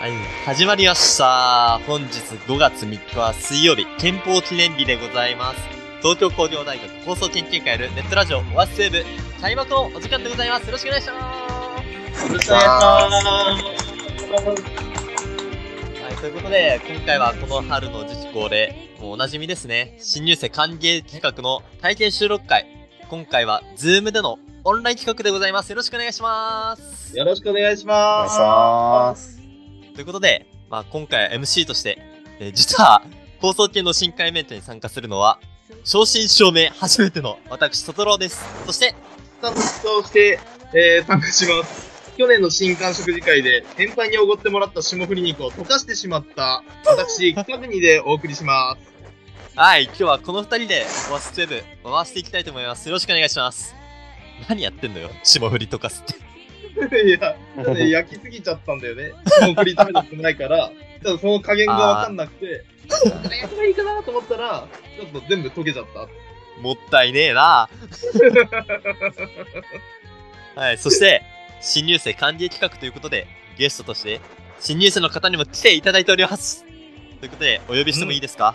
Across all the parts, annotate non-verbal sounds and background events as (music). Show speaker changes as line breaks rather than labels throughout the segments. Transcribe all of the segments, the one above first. はい、始まりました。本日5月3日は水曜日、憲法記念日でございます。東京工業大学放送研究会のネットラジオオアシスウェブ開幕のお時間でございます。よろしくお願いします。
よろしくお願いし
はい、ということで、今回はこの春の自主恒例、もうおなじみですね、新入生歓迎企画の体験収録会。今回は Zoom でのオンライン企画でございます。よろしくお願いします
ます。。よろしくお願いしま
お願い
す。
します。
ということで、まあ、今回は MC として、えー実は放送系の新会イベントに参加するのは正真正銘初めての私ト郎ですそして
さんとして、えー参加します。去年の新刊食事会で先輩におごってもらった霜降り肉を溶かしてしまった私、北国でお送りします。
はい今日はこの2人でオアシスウェブ回していきたいと思いますよろしくお願いします何やってんのよ霜降りとかすって
いや、ただね焼きすぎちゃったんだよね。霜降り食べたことないから、ただその加減がわかんなくて、これやったらいいかなと思ったら、ちょっと全部溶けちゃった。
もったいねえなはいそして新入生歓迎企画ということでゲストとして新入生の方にも来ていただいておりますということでお呼びしてもいいですか、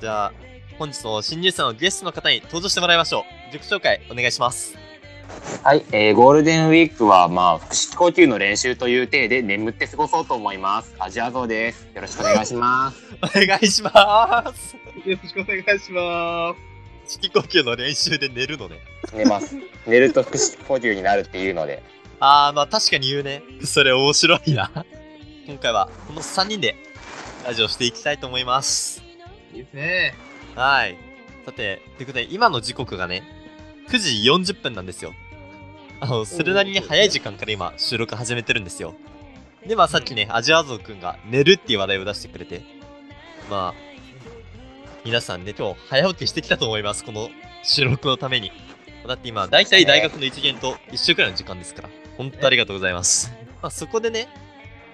じゃあ本日の新入生のゲストの方に登場してもらいましょう自己紹介お願いします
はい、えー、ゴールデンウィークは、まあ、腹式呼吸の練習という体で眠って過ごそうと思います。アジアゾウです。よろしくお願いします。
お願いします
よろしくお願いしま
式呼吸の練習で寝るのね
寝ます。寝ると腹式呼吸になるっていうの (laughs) で。
あーまあ確かに言うねそれ面白いな今回はこの3人でラジオしていきたいと思います
す。いいですね。
はい。さて、ということで、今の時刻がね、9時40分なんですよ。あの、それなりに早い時間から今、収録始めてるんですよ。で、まあさっきね、アジアゾウくんが寝るっていう話題を出してくれて、まあ、皆さんね、今日早起きしてきたと思います、この収録のために。だって今、大体大学の一限と一週くらいの時間ですから、本当ありがとうございます。まあそこでね、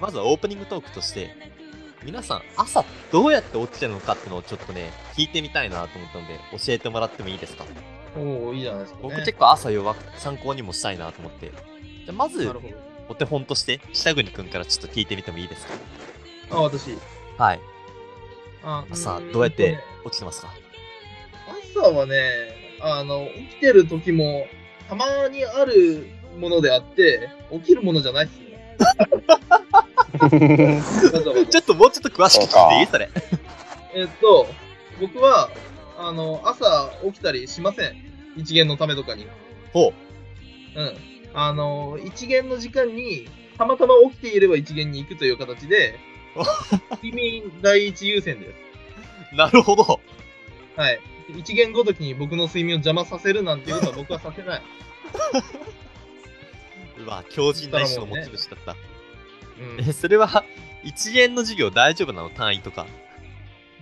まずはオープニングトークとして、皆さん朝どうやって起きてるのかってのをちょっとね、聞いてみたいなと思ったので、教えてもらってもいいですか
おおいいじゃないですか、ね。
僕結構朝弱くて参考にもしたいなと思って。じゃあまず
なる、ほど。
お手本として、北国くんからちょっと聞いてみてもいいですか
あ、私。
はい。
あ
朝
ん
どうやって起きてますか
朝はね、あの、起きてる時も、たまにあるものであって、起きるものじゃないっすね。わざわざ
(laughs) ちょっともうちょっと詳しく聞いていいそれ。
えっと、僕は、あの、朝起きたりしません。一元のためとかに。
ほう。
うん。あの、一元の時間に、たまたま起きていれば一元に行くという形で、睡眠第一優先です。
なるほど。
はい。一元ごときに僕の睡眠を邪魔させるなんていうことは僕はさせない。
うわ、強靭な意志の持ち主だった。
うん
え、それは、1円の授業大丈夫なの単位とか。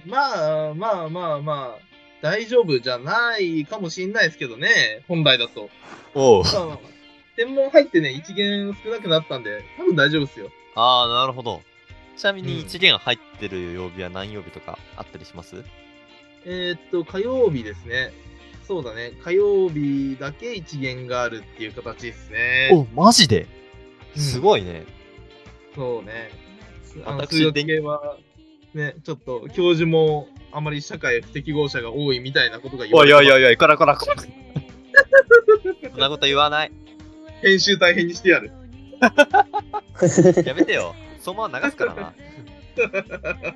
まあまあまあまあ、大丈夫じゃないかもしんないですけどね、本来だと。
おう。
まあまあまあ天文入ってね、一元少なくなったんで、多分大丈夫ですよ。
ああ、なるほど。ちなみ
う
に
ん
1限入ってる曜日は何曜日とかあったりします、
えーっと、火曜日ですね。そうだね、火曜日だけ一元があるっていう形ですね。
お、マジで
うん
すごいね。
そうね。あの
私
数学系は、ね、ちょっと教授もあまり社会不適合者が多いみたいなことが言わ
おい
れてま
お
す
いおいおい、こらこらこら。そんなこと言わない。
編集大変にしてやる。 (laughs)
やめてよ。そのまま流すからな。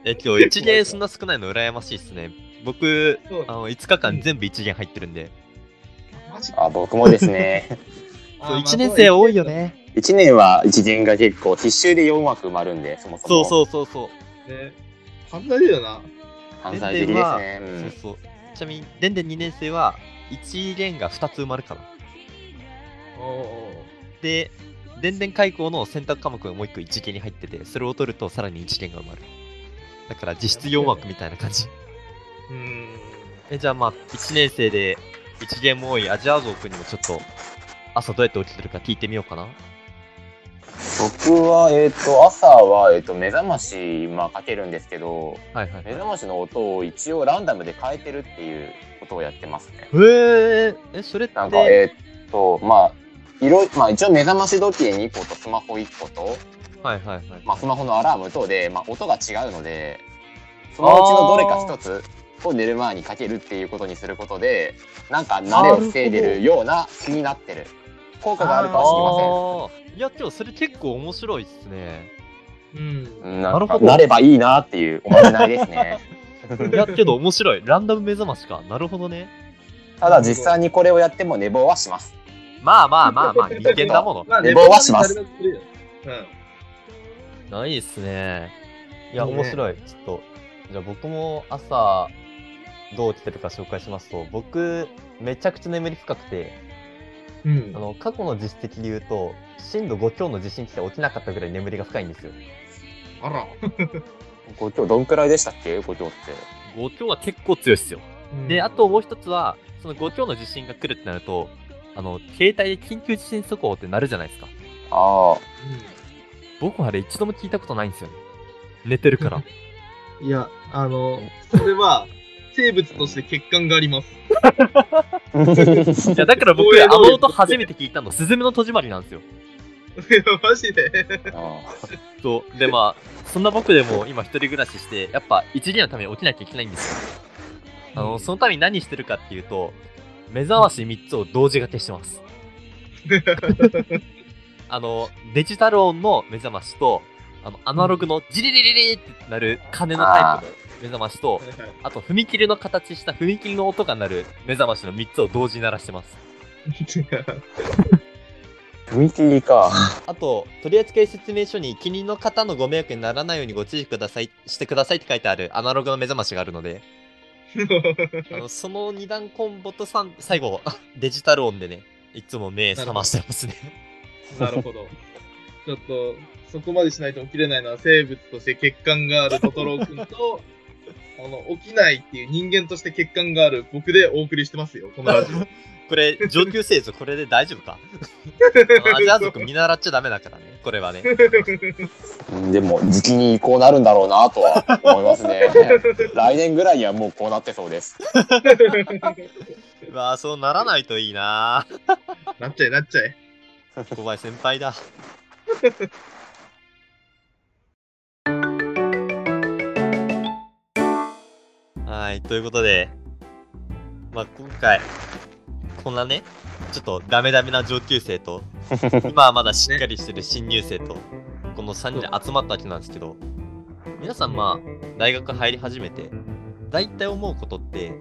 え、今日1限そんな少ないの羨ましいっすね。僕、
そう
あの5日間全部1限入ってるんで。
マジ
あ、僕もですね。
そう、1年生多いよ。ね。
1年は一限が結構必修で4枠埋まるんで、そもそ
そ
も。
うそうそうそう。
ね、犯罪だよな。
犯罪的ですね。う
そうんそう。ちなみに、でんでん2年生は1限が2つ埋まるから。
おお
で、電電開口の選択科目がもう一個1限に入ってて、それを取るとさらに1限が埋まる。だから実質4枠みたいな感じ。
うーん。
え、じゃあまあ、1年生で1限も多いアジアゾウ君にもちょっと、朝どうやって起きてるか聞いてみようかな。
僕は、えっ、と、朝は、えっ、と、目覚まし、まあ、かけるんですけど、
はいはい。
目覚ましの音を一応ランダムで変えてるっていうことをやってますね。
えー、え、それって、
なんか、えーっと、まあ、色、まあ一応目覚まし時計2個とスマホ1個と、
はいはいはい。
まあ、スマホのアラーム等で、まあ、音が違うのでそのうちのどれか一つを寝る前にかけるっていうことにすることでなんか慣れを防いでるような気になってる効果があるか
あ
は知りません
ーいや、でもそれ結構面白いっすね。
うん。
うん
な
な
る
る
ほ
ほ
ど
ど。なればいいなっていうおまじないです (laughs) ね。
いや、けど面白い。ランダム目覚ましか。なるほどね。
ただ実際にこれをやっても寝坊はします。
まあまあまあまあ、人間だもの。
まあ
寝坊はします。
寝坊は誰だってするよ
(laughs) ないですね。いや、
いいね
面白い。ちょっと、じゃあ僕も朝、どう起きてるか紹介しますと、僕、めちゃくちゃ眠り深くて、
うん。う
あ
ん。
の、過去の実績で言うと、震度5強の地震来て起きなかったぐらい眠りが深いんですよ。
あら。
ご今日どんくらいでしたっけご今日って。
5強は結構強いっすよ。で、あともう一つは、その5強の地震が来るってなると、あの、携帯で緊急地震速報ってなるじゃないですか。
ああ。
僕はあれ一度も聞いたことないんですよね。寝てるから。
うん。いや、あの、それは、生物として欠陥があります。 (laughs)
(laughs)
いや、だから僕
防衛、能
あ
力
の音初めて聞いたの、スズメの戸締まりなんですよ。
いやマジで。 (laughs)
(laughs)
そう。で、まあ、そんな僕でも今一人暮らしして、やっぱ一時のために起きなきゃいけないんですよ。あの、そのために何してるかっていうと、目覚まし3つを同時掛けしてます。あの、デジタル音の目覚ましと、あの、アナログのジリリリリってなる鐘のタイプの目覚ましと、あと踏切の形した踏切の音が鳴る目覚ましの3つを同時に鳴らしてます。
踏切か。
あと、取扱説明書に近隣の方のご迷惑にならないようにご注意ください、してくださいって書いてあるアナログの目覚ましがあるので、あのその2段コンボと三最後、 (laughs) あデジタル音でね、いつも目覚ましてますね。
(laughs) なるほど。ちょっと、そこまでしないと起きれないのは生物として欠陥があるトトロー君と、 (laughs) あの、起きないっていう人間として欠陥がある僕でお送りしてますよ、このラジオ。
これ、上級生徒、これで大丈夫かあのアジ
(laughs)
ア族見習っちゃダメだからね、これはね。
うんでも、時期にこうなるんだろうなとは思いますね。
(laughs)
来年ぐらいにはもうこうなってそうです。
うわあそうならないといいな
なっちゃえ、なっちゃえ。
ぁ。小林先輩だ。はい、ということで、まあ、今回、こんなね、ちょっとダメダメな上級生と、今はまだしっかりしてる新入生と、この3人で集まったわけなんですけど、皆さん、まあ、大学入り始めて、大体思うことって、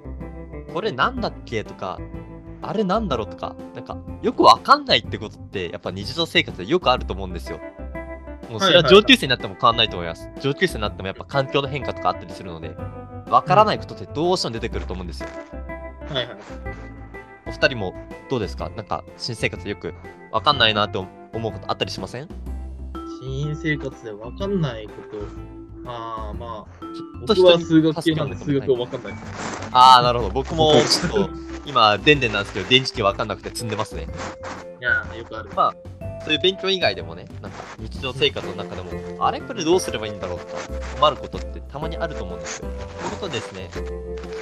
これなんだっけとか、あれなんだろうとか、なんか、よくわかんないってことって、やっぱ日常生活でよくあると思うんですよ。もうそれは上級生になっても変わんないと思います。上級生になってもやっぱ環境の変化とかあったりするので、わからないことってどうしても出てくると思うんですよ。
はいはい。
お二人もどうですかなんか新生活でよくわかんないなって思うことあったりしませんち
新生活で分かんないこと。ああ、まあ、
ょっと
僕
人
は
に
数学系なんで
助け
数
を求
学
め
を分かんない。
たいああ、なるほど。僕もちょっと今、でんでんなんですけど、電池機わかんなくて積んでますね。
いやー、よくある。
そういう勉強以外でもね、なんか日常生活の中でも、あれこれどうすればいいんだろうとか、困ることってたまにあると思うんですよ。ということでですね、ち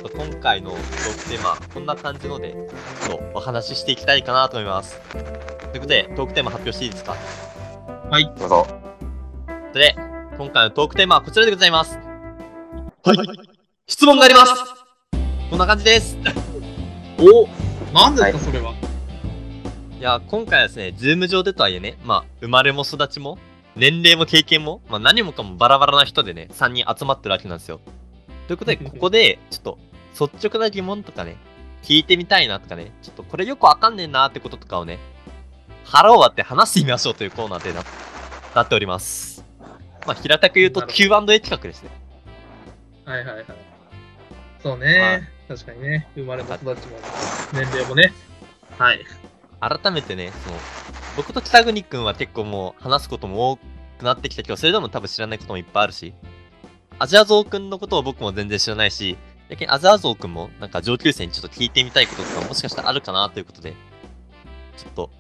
ょっと今回のトークテーマ、こんな感じので、ちょっとお話ししていきたいかなと思います。ということで、トークテーマ発表していいですか
はい。
どうぞ。
ということで、今回のトークテーマはこちらでございます。はい。質問があります。こんな感じです。
おなんですか、それは。
いや、今回はですね、ズーム上でとはいえね、まあ、生まれも育ちも、年齢も経験も、まあ、何もかもバラバラな人でね、3人集まってるわけなんですよ。ということ
(laughs)
で、ここで、ちょっと、率直な疑問とかね、聞いてみたいなとかね、ちょっとこれよくわかんねえなってこととかをね、腹を割って話してみましょうというコーナーでな、なっております。まあ、平たく言うと
なる
Q&A 企画ですね。
はいはいはい。そうね、
はい
確かにね、生まれも育ちも、年齢もね。はい。
改めてね、その、僕と北国くんは結構もう話すことも多くなってきたけど、それでも多分知らないこともいっぱいあるし、アジアゾウくんのことを僕も全然知らないし、逆にアジアゾウくんもなんか上級生にちょっと聞いてみたいこととかもしかしたらあるかなということで、ちょっと、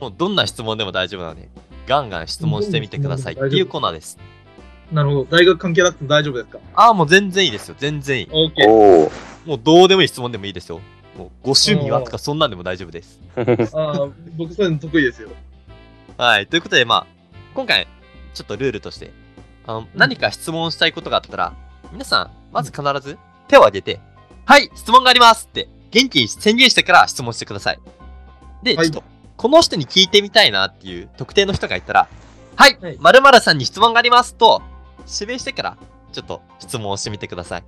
もうどんな質問でも大丈夫なので、ガンガン質問してみてくださいっていうコーナーです。
なるほど。大学関係なくても大丈夫ですか
ああ、もう全然いいですよ。全然いい。
?OK。
おお。
もうどうでもいい質問でもいいですよ。もうご趣味はとかそんなんでも大丈夫です。
(laughs)
(laughs)
ああ、僕そういうの得意ですよ。
はい、ということで、まあ、今回、ちょっとルールとして、あの、何か質問したいことがあったら、皆さん、まず必ず手を挙げて、はい、質問がありますって、元気に宣言してから質問してください。で、
は
ち
い
ょっと、この人に聞いてみたいなっていう特定の人がいたら、はい
はい、
まるまるさんに質問がありますと、指名してから、ちょっと質問をしてみてください。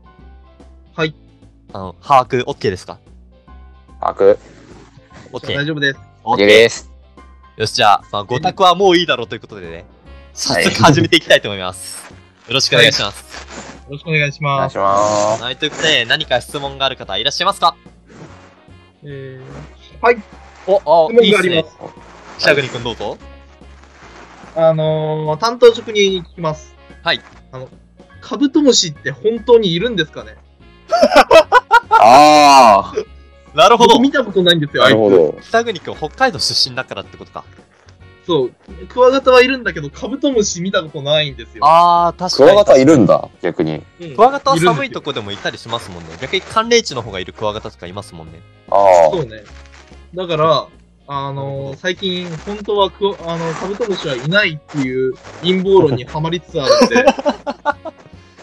はい。
あの、把握 OK ですか
把握。
?OK
大。丈夫です。
OK です。
よし、じゃあ、まあ、ご託はもういいだろうということでね、早速始めていきたいと思います。よろしくお願いします。
よろしくお願いし
お願
ま
い
す。
します。
はい、ということで、何か質問がある方いらっしゃいますか
え
お、
ー、
あ、
質問
いい
が
っ
あ
す
りま
ね
す。。
北国くんどうぞ。
あのー、担当職人に聞きます。
はい。
あの、カブトムシって本当にいるんですかね
ああ。
なるほど
僕。見たことないんですよ、
な
あい
る
つ
ほ。ど。
北国くん、北海道出身だからってことか。
そう。クワガタはいるんだけど、カブトムシ見たことないんですよ。
あー、確
ク
かに。
ワガタいるんだ、逆に。
うん
クワガタは寒いと
るんですよ
こでもいたりしますもんね。逆に寒冷地の方がいるクワガタとかいますもんね。
ああ。
そうね。だから、あ
なるほ
の
ど
ー、最近、本当はクワあのカブトムシはいないっていう陰謀論にはまりつつあるん (laughs) で、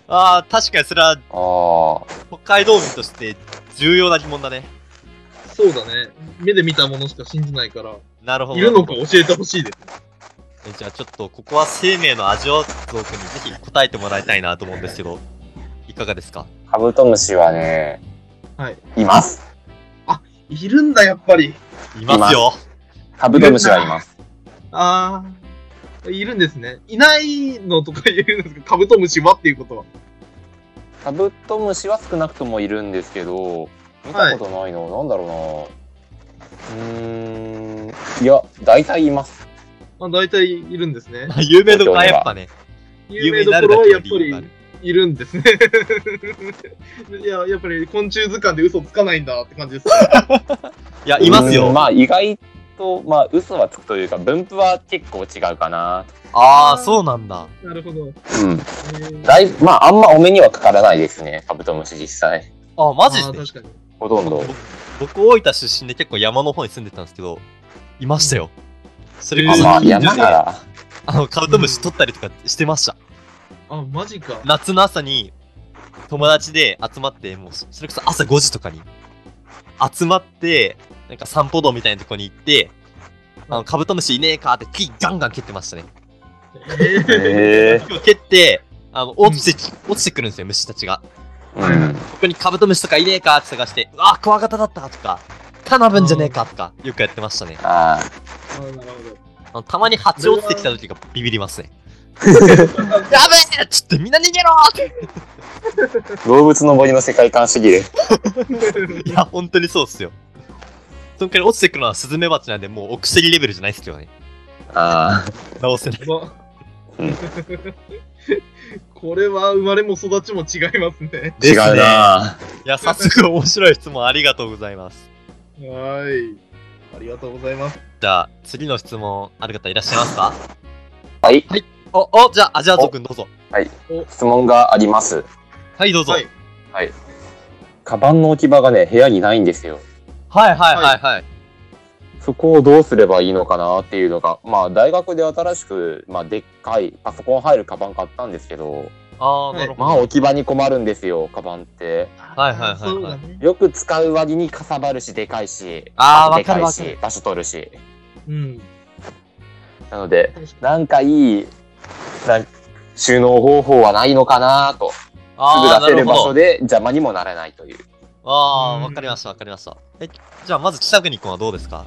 あー、確かにそれは
あ
北海道民として重要な疑問だね。
そうだね。目で見たものしか信じないから、
なるほど。
いるのか教えてほしいです。
えじゃあちょっと、ここは生命の味を族にぜひ答えてもらいたいなと思うんですけど、いかがですか
あ。カブトムシはね、
はい。
います。
いるんだ、やっぱり。
いますよ。
カブトムシはいます。
あー、いるんですね。いないのとか言うんですかカブトムシはっていうことは。
カブトムシは少なくともいるんですけど、見たことないの、なんだろうな。うーん。いや、大体います。
まあ、大体いるんですね。
有名どこはやっぱね、
有
有
名
名に
ど
な
こ
るだ
ろは
けの
やっぱ
理由があ
り
る。
いるんですね。 (laughs) いや、やっぱり昆虫図鑑で嘘つかないんだって感じです。 (laughs)
いや、います
うーん
よ。
まあ、意外と、まあ、嘘はつくというか、分布は結構違うかな。
ああ、そうなんだ。
なるほど。
う
え
ん。
ー
だいまあ、あんまお目にはかからないですね、カブトムシ実際。
あ、マジっすね
あー確かに。
ほとんど。
僕僕大分出身で結構山の方に住んでたんですけどいましたよそれこ
あ
そ
まあ、
近
山
所で
か
あ
ら。
のカブトムシ取ったりとかしてました
あ、マジか。
夏の朝に友達で集まってもうそそれこそ朝5時とかに集まってなんか散歩道みたいなとこに行ってあのカブトムシいねえかって木ガンガン蹴ってましたね
えー
へえ。
木を蹴ってあの落ちてき、落ちてくるんですよ虫たちが
うん。
ここにカブトムシとかいねえかって探してうわクワガタだったとかカナブンじゃねえかとかよくやってましたね
ああ。
あーなるほど。
あのたまに蜂落ちてきた時がビビりますね。 (laughs) やべえちょっとみんな逃げろって
動物の森の世界観すぎる。
いや、本当にそうっすよ。そんくらい落ちてくるのはスズメバチなんで、もうお薬レベルじゃないっすけどね。
あ
直せない。 (laughs)
ま
うん
これは生まれも育ちも違いますね。
あ、違うな。
いや、早速面白い質問ありがとうございます。
はーい。ありがとうございます。
じゃあ、次の質問ある方いらっしゃいますか
はい、
お、お、じゃあ、アジアゾくんどうぞ。
質問があります。
はい、どうぞ。は
はいい、
カバンの置き場がね、部屋にないんですよ。
はい、はい、はい。
そこをどうすればいいのかなっていうのが、まあ、大学で新しく、まあ、でっかいパソコン入るカバン買ったんですけど、
あー、
はい
なるほ
まあ、置き場に困るんですよ、カバンって。
はいはいはいはい
そうだね。
よく使う割にかさばるし、でかいし、
あー
でかい
わかるわ
し、場所取るし。
うん。
なので、
確かに
なんかいい、なん収納方法はないのかなと。す
ど。あー、
ぐ
な
出せ
る
る場
ほ
所
ど。
で邪魔にもならないという。
あ
うん
ー、わかりました、わかりました。え、じゃあ、まず北国くんはどうですか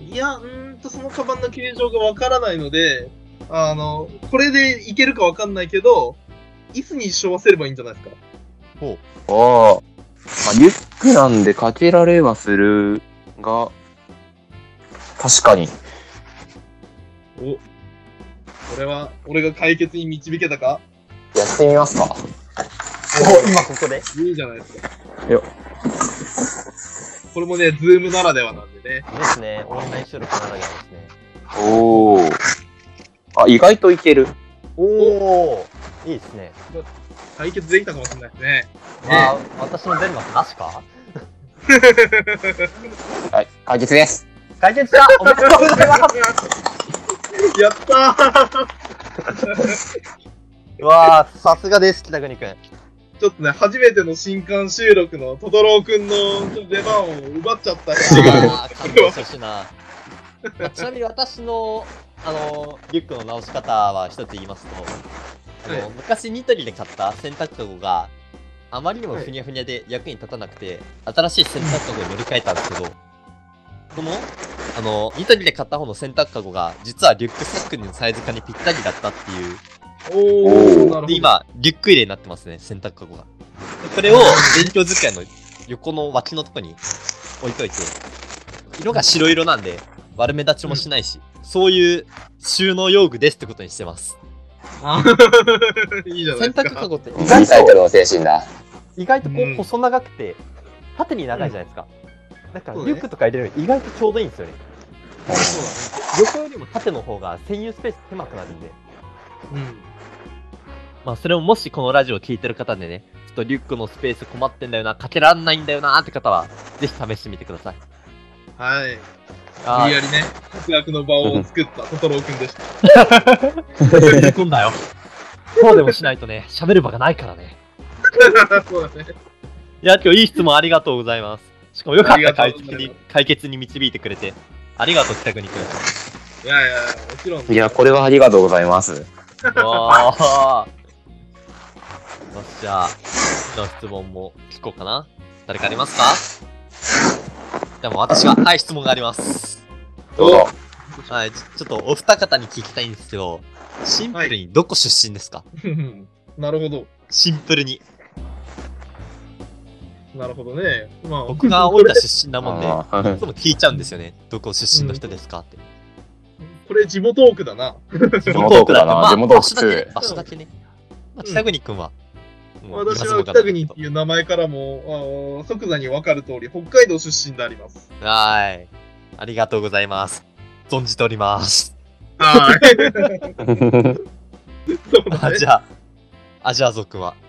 いや、うーんと、そのカバンの形状がわからないので、あの、これでいけるかわかんないけど、椅子に背負わせればいいんじゃないですか。
ほ
ああ。まあ、リュックなんでかけられはするが、確かに。
お、これは、俺が解決に導けたか
やってみますか。
お、今ここで
いいじゃないですか。
よ
これもね、ズームならではなんでね。
ですね、オンライン収録ならではですね。
おお。あ、意外といける。
おおいいですね。
解決できたかもしれないですね。
まあ、私の出るのなしか
はい、解決です。
解決したおめでとうございます
やったー
うわあ、さすがです、北国くん。
ちょっとね、初めての新刊収録のトトロくんの出番を奪っちゃった
あー感動してほしいな、まあちなみに私のあのリュックの直し方は一つ言いますと、あ
は
の
い
昔ニトリで買った洗濯かごがあまりにもふにゃふにゃで役に立たなくて、新しい洗濯かごに乗り換えたんですけどこのあのニトリで買った方の洗濯かごが実はリュックサックのサイズ感にぴったりだったっていう
お
お
ー、
ー
なるほど。
で、今リュック入れになってますね洗濯かごがこれを勉強机の横の脇のとこに置いといて色が白色なんで悪目立ちもしないし、そういう収納用具ですってことにしてます
あ (laughs) いいじゃない
洗
です
濯
か
か。ごって意
タ
外
イ
と
トルの精神だ。
意外とこ
う
うん細長くて縦に長いじゃないですか、だから
そう
リ
ね
ュックとか入れるのに意外とちょうどいいんですよね
そ
横よりも縦の方が占有スペース狭くなるんで
うだね。
まあそれももしこのラジオを聞いてる方でね、ちょっとリュックのスペース困ってんだよな、かけらんないんだよなって方は、ぜひ試してみてください。
うん。はい。無
あ
理やりね、活躍の場を作ったトトロくん
(laughs)
でした。
ー、行くんだよ。そうでもしないとね、 (laughs) 喋る場がないからね。
(laughs) そうだね。
いや、今日いい質問ありがとうございます。しかもよか
あ
っ
り
た
がとう
解
ございます
決に、解決に導いてくれて。ありがとう、北国くん。
いやいや、もちろん。
いや、これはありがとうございます。
(laughs) うわーよっしゃ、次の質問も聞こうかな。誰かありますかでも私は、はい、質問があります。
どうぞ。
はい、ちょちょっとお二方に聞きたいんですけど、シンプルにどこ出身ですか、
(laughs) なるほど。
シンプルに。
なるほどね。まあ、
僕が大分出身だもんで、い
あー
つも聞いちゃうんですよね。どこ出身の人ですかって。
これ地 (laughs) 元奥だな。
地
元奥だな地元
場
奥
所
普
だけね
通。
場所だけね。まあ、北国くんは、もう
私
今更
は
わかんな
北
いけ
国
ど
っていう名前からも、あー即座に分かる通り、北海道出身であります。
はーい。ありがとうございます。存じております。
はい。
あじゃあ、アジア族は。
(laughs)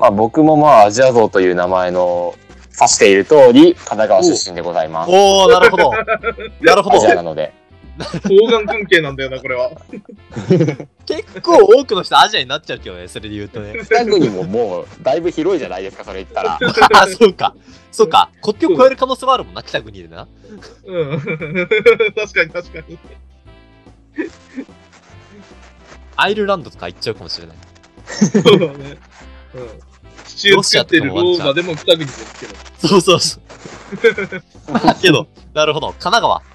まあ僕もまあアジア像という名前の指している通り、神奈川出身でございます。
おー、なるほ
(laughs)
ど。なるほ
アジア
ど。
なの
(laughs)
で。
東岸関係なんだよな、これは。
結構多くの人アジアになっちゃうけどね、それで言うと
(laughs)
ね。
北国ももうだいぶ広いじゃないですか、それ言っ
(laughs)
たら。
あ、そうか。そうか。国境越える可能性もあるもんな、北国でな。
うん。 (laughs) 確かに確かに。
アイルランドとか行っちゃうかもしれない。
そうだね。うん。地中作ってるローマでも北国ですけど。
そうそう
(laughs)
そう。だけど、なるほど。神奈川。
神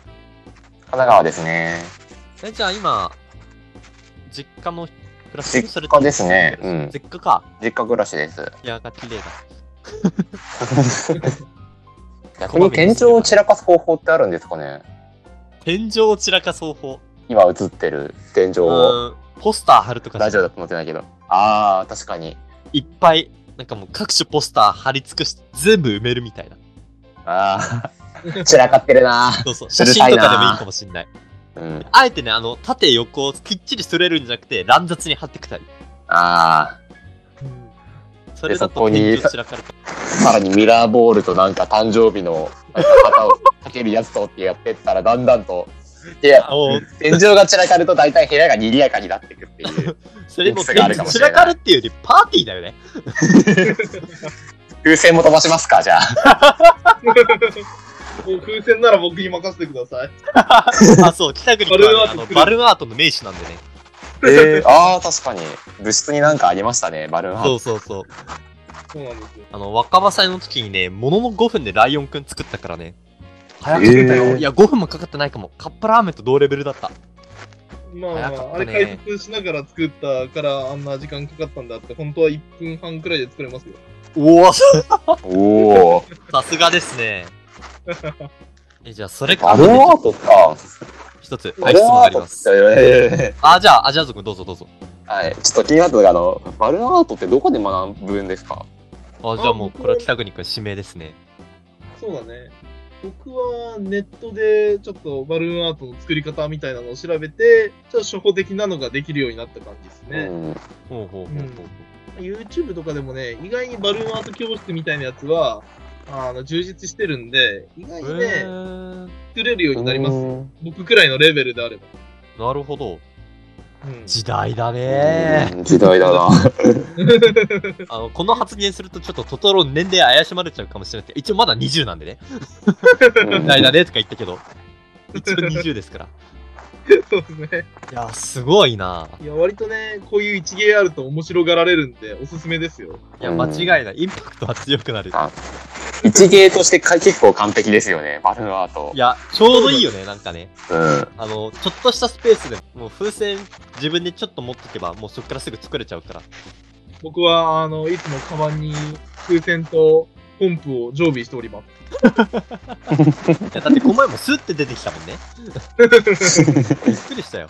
奈川ですね。
えじゃあ今、実家の暮らしをされ
実家ですねうん
実家か。
実家暮らしです。
いやが綺麗だ。
(laughs) 逆に天井を散らかす方法ってあるんですかね
(laughs) 天井を散らかそう法。
今映ってる天井
うー
を。
ん。ポスター貼るとか
ラジオだと思ってないけど。ああ、確かに。
いっぱい、なんかもう各種ポスター貼り尽くして全部埋めるみたいな。
ああ、 (laughs) 散らかってるな。
そうそう。
す
写
る
真
さい
と
な
かでもいいかもしんない。
うん。
あえてね、あの、縦横をきっちりそれるんじゃなくて、乱雑に貼ってくたり。
あ
それだ
そ
と
こに
天井散らかる
あ、さらにミラーボールとなんか誕生日のなんか旗をかけるやつとってやってったらだんだんと、いや、 (laughs)
お
天井が散らかると大体部屋が賑やかになってくっていう、
それも
ミックスがあるかもし
散
れな
ら
い
かるっていうよりパーティーだよね。
風船も飛ばしますか、じゃあ。
(laughs) もう風船なら僕に任せてください。
あ、そう、北国君は、ね、あのバ
バ
ルーンアートの名手なんでね。
えー、ああ、確かに。部室になんかありましたね、バルーンハ
そ
ウ
うそうそう。
そうなんですよ。
あの、若葉祭の時にね、ものの5分でライオンくん作ったからね。早
え
かったよ。
ー
いや、5分もかかってないかも。カップラーメンと同レベルだった。
まあま
早かっ
あ、あ
た
れ
ね
解説しながら作ったからあんな時間かかったんだって、本当は1分半くらいで作れますよ。
おお、さ
おお。
すがですね。え、じゃあ、それか
バ
ら
ルーンアートか。
一つ、は
バ
い、
ル
質
ーン
問が
ア
あ
ー
り
ト
ま
っ
す。
て。
あ、じゃあ、アジア族どうぞどうぞ。
はい。ちょっと気になったのが、あの、バルーンアートってどこで学ぶんですか
あ、じゃあもう、これは北国君指名ですね。
そうだね。僕はネットでちょっとバルーンアートの作り方みたいなのを調べて、ちょっと初歩的なのができるようになった感じです
う
ね。
ん。
ほうほうほうほうほう。
YouTube とかでもね、意外にバルーンアート教室みたいなやつは、あの充実してるんで、意外にね、
えー
作れるようになります。
うん
僕くらいのレベルであれば。
なるほど。
うん
時代だね
うん時代だな。
あの、この発言するとちょっとトトロ年齢怪しまれちゃうかもしれないですけど一応まだ20なんでね。 (laughs) 時代だねとか言ったけど、一応20です (laughs) から。
そうですね。
いやー、すごいない
や、割とね、こういう一芸あると面白がられるんで、おすすめですよ。
いや、間違いない。インパクトは強くなる。
一芸としてか結構完璧ですよね、バルーンアート
い。や、ちょうどいいよね、なんかね。
うん。
あの、ちょっとしたスペースでもう風船自分でちょっと持ってけば、もうそっからすぐ作れちゃうから。
僕は、あの、いつもカバンに風船とポンプを常備しております。
いや、だってこの前もスッて出てきたもんね。 (laughs) びっくりしたよ。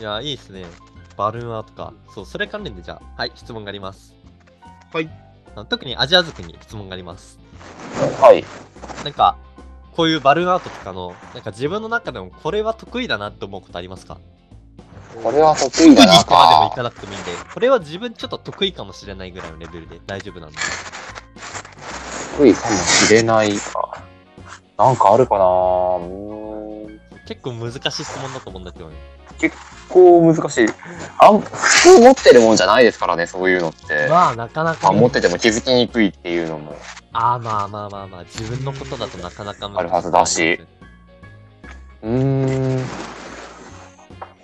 いや、いいですね。バルーンアートか。そう、それ関連でじゃあ、はい、質問があります。
はい
あの。特にアジア族に質問があります。
はい。
なんか、こういうバルーンアートとかの、なんか自分の中でもこれは得意だなって思うことありますか
これは得
得
意だ
意とま
な
でもい
か。
かなくてもいいんで、これは自分ちょっと得意かもしれないぐらいのレベルで大丈夫なんで。
得意かもしれないか。なんかあるかなうーん。
結構難しい質問だと思うんだけどね。
こう難しい。あん、普通持ってるもんじゃないですからね、そういうのって。
まあ、なかなか
あ、
ね、
持ってても気づきにくいっていうのも。
ああ、まあまあまあまあ、自分のことだとなかなか難しい
あるはずだし。うーん。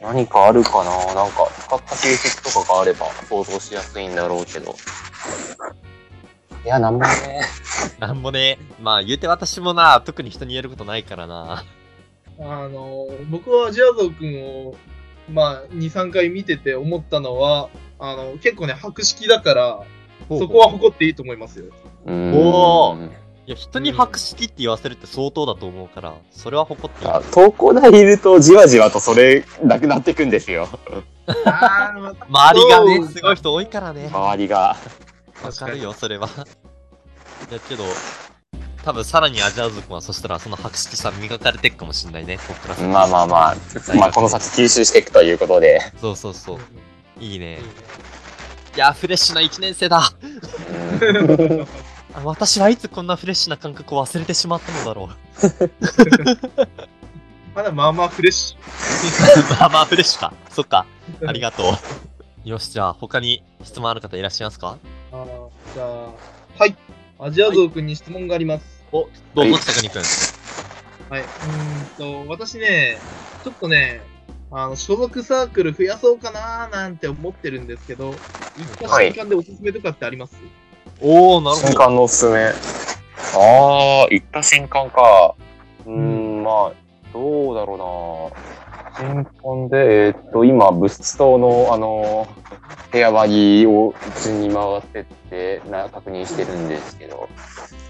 何かあるかななんか、使った形跡とかがあれば想像しやすいんだろうけど。いや、なんもね。
なんもね、まあ言うて私もな、特に人に言えることないからな。
あの、僕はジアゾウ君を、まあ、2、3回見てて思ったのは、あの、結構ね、博識だから、そこは誇っていいと思いますよ。
うーん
おいや、人に博識って言わせるって相当だと思うから、それは誇っていい。
あ東工大いるとじわじわとそれなくなっていくんですよ
あーまあ
周りが
そ
ね、
う
すごい人多いからね。
周りが
わ
確
か
か
る
に
よ、それは。だけど、多分さらにアジア族はそしたらその博識さ磨かれていくかもしんないね、こっから先
まあまあまあ、まあ、この先吸収していくということで
そうそうそう。いいね
いい。ね
いや、フレッシュな1年生だ。
うん
あ私はいつこんなフレッシュな感覚を忘れてしまったのだろう。
(laughs) まだまあまあフレッシ
(laughs) まあまあ、フレッシュか。そっか。ありがとう。よし、じゃあ、他に質問ある方いらっしゃいますか
ュ。 (laughs) あーじゃあ、はい。アジアゾウ君に質問があります。
お、どう
は
ぞ、
い
北国くん。
はい。うーんと、私ね、ちょっとね、あの、所属サークル増やそうかなーなんて思ってるんですけど、一個
はい
新刊でおすすめとかってあります、
おー、なるほ
瞬
ど。
間のおすすめああ行った瞬間かうーんまあどうだろうな新刊でえーっと今物質棟のあの部屋割りを順に回ってってな確認してるんですけど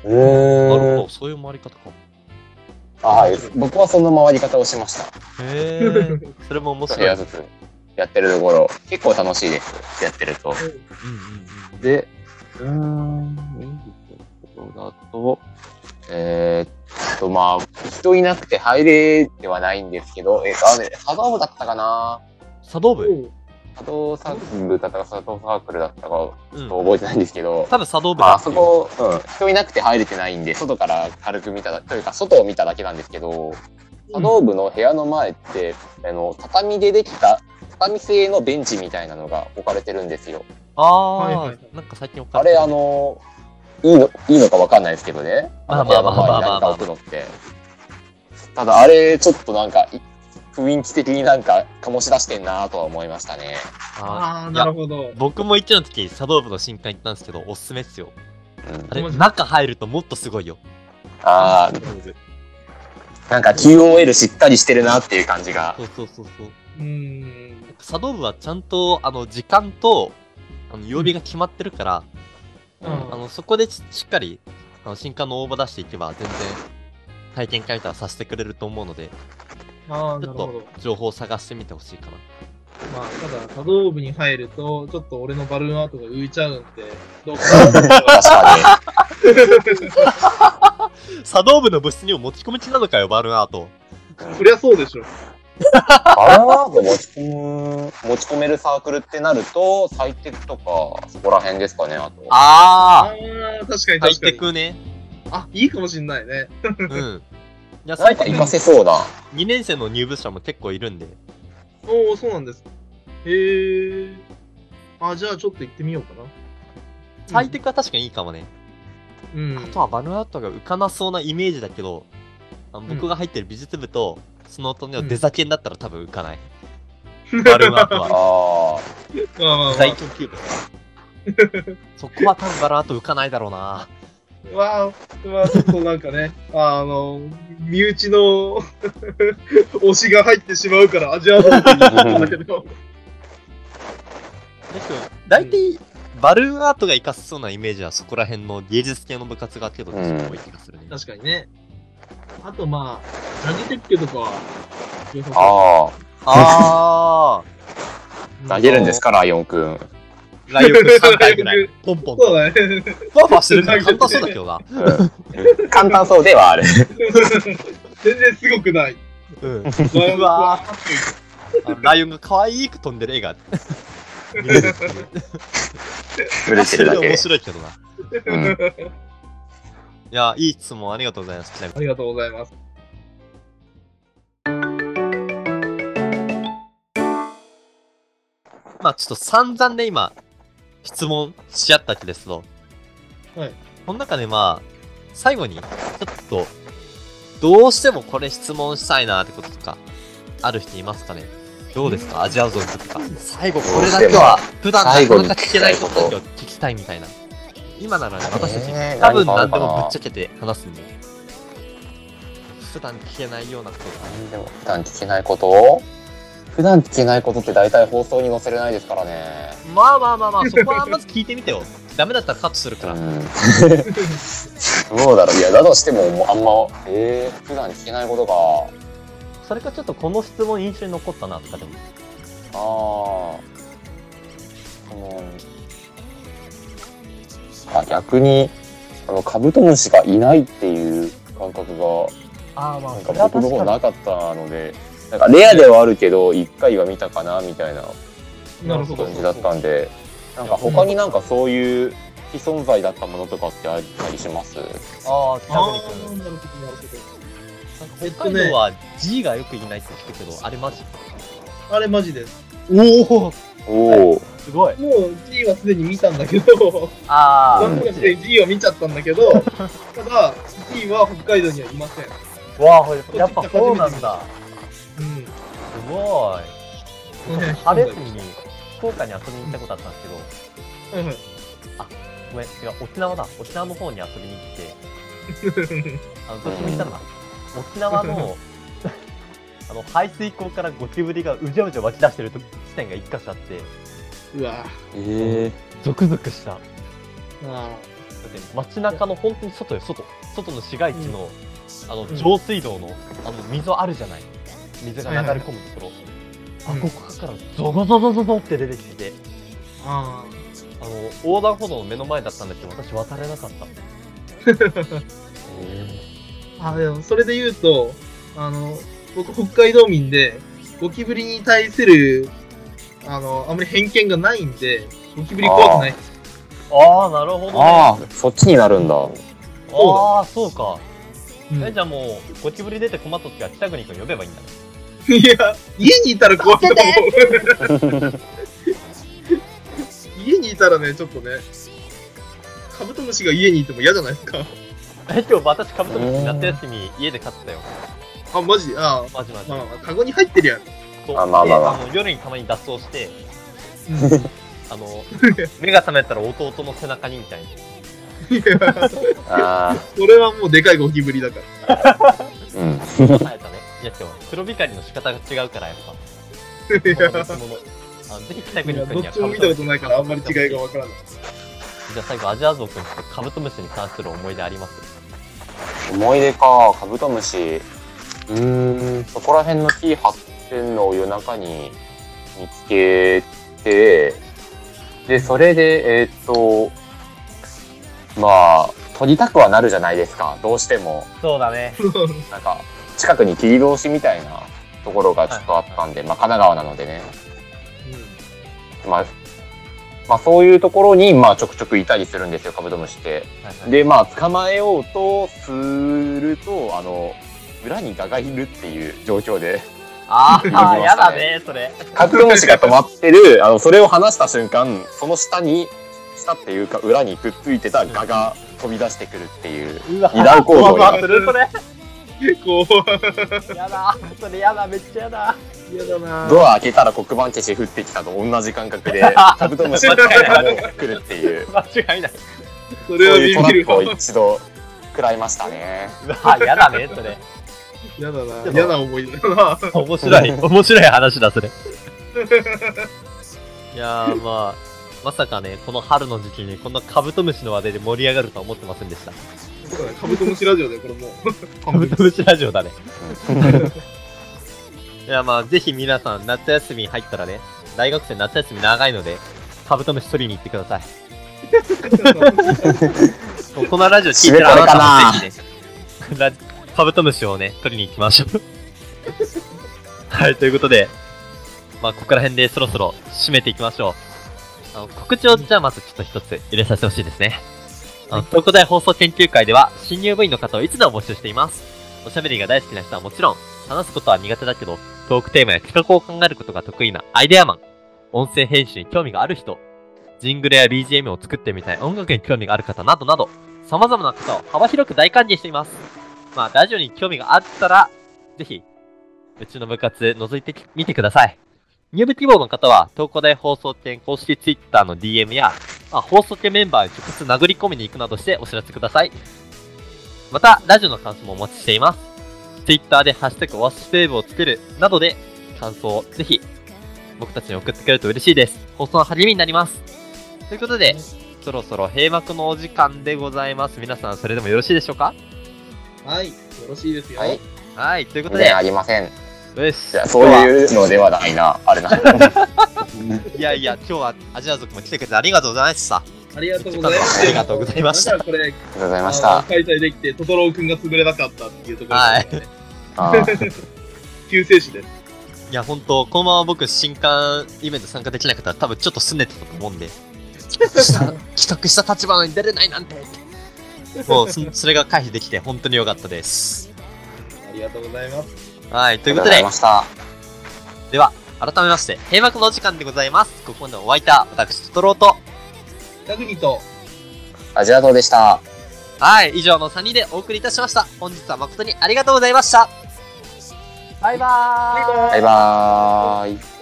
う
なる
ー
ほ
ん
ど、そういう回り方か。
あー僕はその回り方をしました
へー、それも面
一部
白
屋
い。
ずつやってるところ結構楽しいですやってると
うんうんうん。
でうーんいいところだとえーっとまあ人いなくて入れではないんですけどえーっとあれ波動部だったかな
茶道
う
部
ん
波動サークルだったか佐藤サークルだったかちょ
う
っ
ん。
と覚えてないんですけど
多分茶道部
まあ
だ
あそこ、うん、人いなくて入れてないんで外から軽く見ただというか外を見ただけなんですけど茶道部の部屋の前って、あの畳でできた畳製のベンチみたいなのが置かれてるんですよ。
はい
あ
はいは
ー、なんか最近おか
あれあ、のいいのいいのかわかんないですけどね。
まあ
の部
まあ
屋
ま
の
あまあ
前に何か置くのって。ただあれちょっとなんかい雰囲気的になんか醸し出してんなとは思いましたね。
あ
あー、なるほど
ー。僕も一応の時、茶道部の新刊行ったんですけど、おすすめっすよ。
うん
あれ、
面白い
中入るともっとすごいよ。
ああなんか QOL しっかりしてるなっていう感じが
そ。うそうそうそう。
うーん。
茶道部はちゃんと、あの、時間と、あの、曜日が決まってるから、
うん
あのそこでししっかりあの新刊の応募出していけば全然体験会みたいなのさせてくれると思うので
あー、
ちょっ
なるほど
と。情報を探してみてほしいかな
まあ、ただ、茶道部に入ると、ちょっと俺のバルーンアートが浮いちゃうんで、どうかな。
確か
(laughs) 茶道部の部室にも持ち込み地なのかよバルーンアート
そりゃそうでしょ。
に。 (laughs) あれは持ち込む、持ち込めるサークルってなると、サイテクとか、そこら辺ですかね、あと。
あ
あ
ー、確かに
ハイ
確か
テ
に。
クね
あ、いいかもしんないね。
うんいや
なん
最
か
近
活かせそうだ。
2年生の入部者も結構いるんで
おお、そうなんですか。へえ。あ、じゃあちょっと行ってみようかな。
ハイテクは確かにいいかもね。
うん。
あとはバヌアートが浮かなそうなイメージだけど、あの
ん
僕が入ってる美術部と、その隣
うん
のデザ犬だったら多分浮かない。バヌアートは。
あ
まあまあまあ
大研究部。 (laughs) そこは多分バヌアート浮かないだろうな。
わあ、まあ、ちょっとなんかね、 (laughs) あの、身内の (laughs) 推しが入ってしまうから、アジアゾーンって言ったんだけど、
大体、バルーンアートが活かせそうなイメージはそこら辺の芸術系の部活がけど、
うん
確かに多い気がするね。
確かにね。あとまあ、ジャグテックとかは良さ
あ。
そ
あ
(laughs) あ
う、
あ。投げるんですか、ライオンくん。
ー、ライオン3回ぐらい、ポンポンと。
(laughs)
そうだね。
ふわふわしてるから簡単そうだけどな。
うん簡単そうでは (laughs) ある。
全然すごくない。
うん。
う
うわ
ー
あのライオンが可愛く飛んでる絵が。見れるっていう
売れてるだ
それは
け
面。白いけどな。い
うん。
や、いい質問ありがとうございます。ちなみに
(laughs) ありがとうございます。
まあちょっと散々で今、質問し合ったわけですと。
はい。
この中でまあ、最後に、ちょっと、どうしてもこれ質問したいなってこととか、ある人いますかねどうですかアジアゾーンとか。最後これだけは、普段なかなか聞けないことだけを聞きたいみたいな。今ならね、私たち、
えー
多分何で
何かあるか
も
な
ぶっちゃけて話すんで。普段聞けないようなことが
でも普段聞けないことを普段聞けないことって大体放送に載せれないですからね。
まあまあまあまあ、そこはまず聞いてみ (laughs) てよ。ダメだったらカットするから。
ん。そうだろう。いや、だとしても、もうあんま、えー、普段聞けないことか。
それかちょっとこの質問印象に残ったなとかでも。
ああ。この、あ、逆に、あの、カブトムシがいないっていう感覚が、
ああまあ、
なんか僕の方なかったので、なんかレアではあるけど、一回は見たかな、みたいな。
なるほど。
感じだったんで、なんか他になんかそういう非存在だったものとかってあったりします。
ああ、北
あ
国君。
ーなるほど、なるほ
なんか北海道は G がよくいないって聞くけど、あれマジ
ど。あれマジです。
おお
おお、
すごい。
もう G はすでに見たんだけど、
あ
な
あ
んとかして G は見ちゃったんだけど、ただ、G は北海道にはいません。
わあ、
やっぱそうなんだ。うん。
すご
この辺
い。春休みに福岡に遊びに行ったことあったんですけど、
はい (laughs) はい
ごめん、違う、沖縄だ。沖縄の方に遊びに行って、あの、どっちも行ったんだ。沖縄の、 (laughs) あの、排水溝からゴキブリがうじゃうじゃ湧き出してると地点が一箇所あって、
うわ
え
ゾクゾクした。だ
あ
って街中の本当に外よ、外。外の市街地の、あの
う、ん
上水道の、あの、溝あるじゃない。水が流れ込むところ。
はいはい
あ、ここからゾゾゾゾゾゾって出てきてて、
あ
あの、横断歩道の目の前だったんだけど、私渡れなか
(laughs)
った。
ああでもそれで言うとあの僕北海道民でゴキブリに対するあのあまり偏見がないんでゴキブリ怖くない
ああ、なるほど、ね。
ああ、そっちになるんだ。
ああ、そうか。
うん
えじゃあもう、ゴキブリ出て困った時は北国君呼べばいいんだね。
いや家にいたら怖いと思う (laughs) 家にいたらねちょっとねカブトムシが家にいても嫌じゃないですか
え、今日私カブトムシ夏休み家で飼ってたよ。
あマジああ
マジマジ。
まあまあカゴに入ってるやん (laughs)
そう
あまあまあまあ
での夜にたまに脱走して、
うん
あの、目が覚めたら弟の背中にみたいな。
いや
ああ、
それはもうでかいゴキブリだから
うん。
生えたね。いや、今日、黒光りの仕方が違うから、やっぱ。
いや
別物あのぜひ北
い
国
や
君
ど
に
っ
は
ちも見たことないからあんまり違いがわからない
じゃあ最後、アジアゾウ君、カブトムシに関する思い出あります
思い出か、カブトムシ。うーん、そこら辺の木張ってんのを夜中に見つけて、で、それで、えーっと、まあ、取りたくはなるじゃないですか、どうしても。
そうだね。
なんか近くに切り通しみたいなところがちょっとあったんで、まあ、神奈川なのでね、まあ、まあそういうところにまあちょくちょくいたりするんですよカブトムシって。
はいはい、
でまあ捕まえよう
(laughs)
とするとあの裏にガがいるっていう状況で
ああ、やだね、それ。
格論詞が止まってる、あの、それを話した瞬間、その下に、下っていうか裏にくっついてた画が飛び出してくるっていう、
う (laughs) わ
二段構造にな
怖
る。
するそれ。
(laughs) こ
やだ、それやだ、めっちゃやだ。
う。嫌だな
ドア開けたら黒板消し降ってきたと同じ
(laughs)
感覚で、カブトムシが来るっていう、
(laughs) 間違いない。
そ
そう
れは
いうトラ
ビビる
ップ
か
を。一度食らいましたね。
うわ、やだね、それ。
嫌だ
で
な
も
嫌な思い出だな。
面白い、面白い話だ、それ。いやー、まあ、まさかね、この春の時期にこんなカブトムシの話題で盛り上がるとは思ってませんでした。
そうだねカブトムシラジオだよ、これもう。
カブトムシラジオだね。いや、まあ、ぜひ皆さん、夏休み入ったらね、大学生夏休み長いので、カブトムシ取りに行ってください。このラジオ聞いてるあなたもぜひね、ラカブトムシをね、取りに行きましょう。はい、ということで、まあ、ここら辺でそろそろ締めていきましょう。あの告知をじゃあまずちょっと一つ入れさせてほしいですね。あの東古大放送研究会では、新入部員の方をいつでも募集しています。おしゃべりが大好きな人はもちろん、話すことは苦手だけど、トークテーマや企画を考えることが得意なアイデアマン、音声編集に興味がある人、ジングルや BGM を作ってみたい音楽に興味がある方などなど、様々な方を幅広く大歓迎しています。まあ、ラジオに興味があったら、ぜひ、うちの部活覗いてみてください。入部希望の方は、東工大放送店公式 Twitter の DM や、まあ、放送店メンバーに直接殴り込みに行くなどしてお知らせください。また、ラジオの感想もお待ちしています。Twitter でハッシュタグオアシスウェーブをつけるなどで、感想をぜひ、僕たちに送ってくれると嬉しいです。放送の励みになります。ということで、そろそろ閉幕のお時間でございます。皆さん、それでもよろしいでしょうか
はい、よろしいですよ。
はい。
はい、ということ
全
で
然、ありません。
よし
じゃあ、そういうのではないな。あ
(laughs)
れな。
いやいや、今日はアジア族も来てくれてありがとうございました。
ありがとうございました。
ありがとうございました
じゃあこれ、
ありがとうございまし
あ
た
の。開催できて、トトローくんが潰れなかったっていうところ、
はい。
あー
救世主です。
いや、本当このまま僕、新刊イベント参加できなかったら、多分ちょっと拗ねてたと思うんで、企画した、企画した立場なのに出れないなんて。もうそ、それが回避できて、本当に良かったです。
ありがとうございます。
はい、 (laughs) と
あ
い
り
うこ
がとう
と
ござい
で
ま、した。
では、改めまして、閉幕のお時間でございます。ここまでお相手は、私、トトローと、
タグニと、
アジアドでした。
はい、以上の3人でお送りいたしました。本日は誠にありがとうございました。バイバーイ。
バイバーイ
バイバーイ。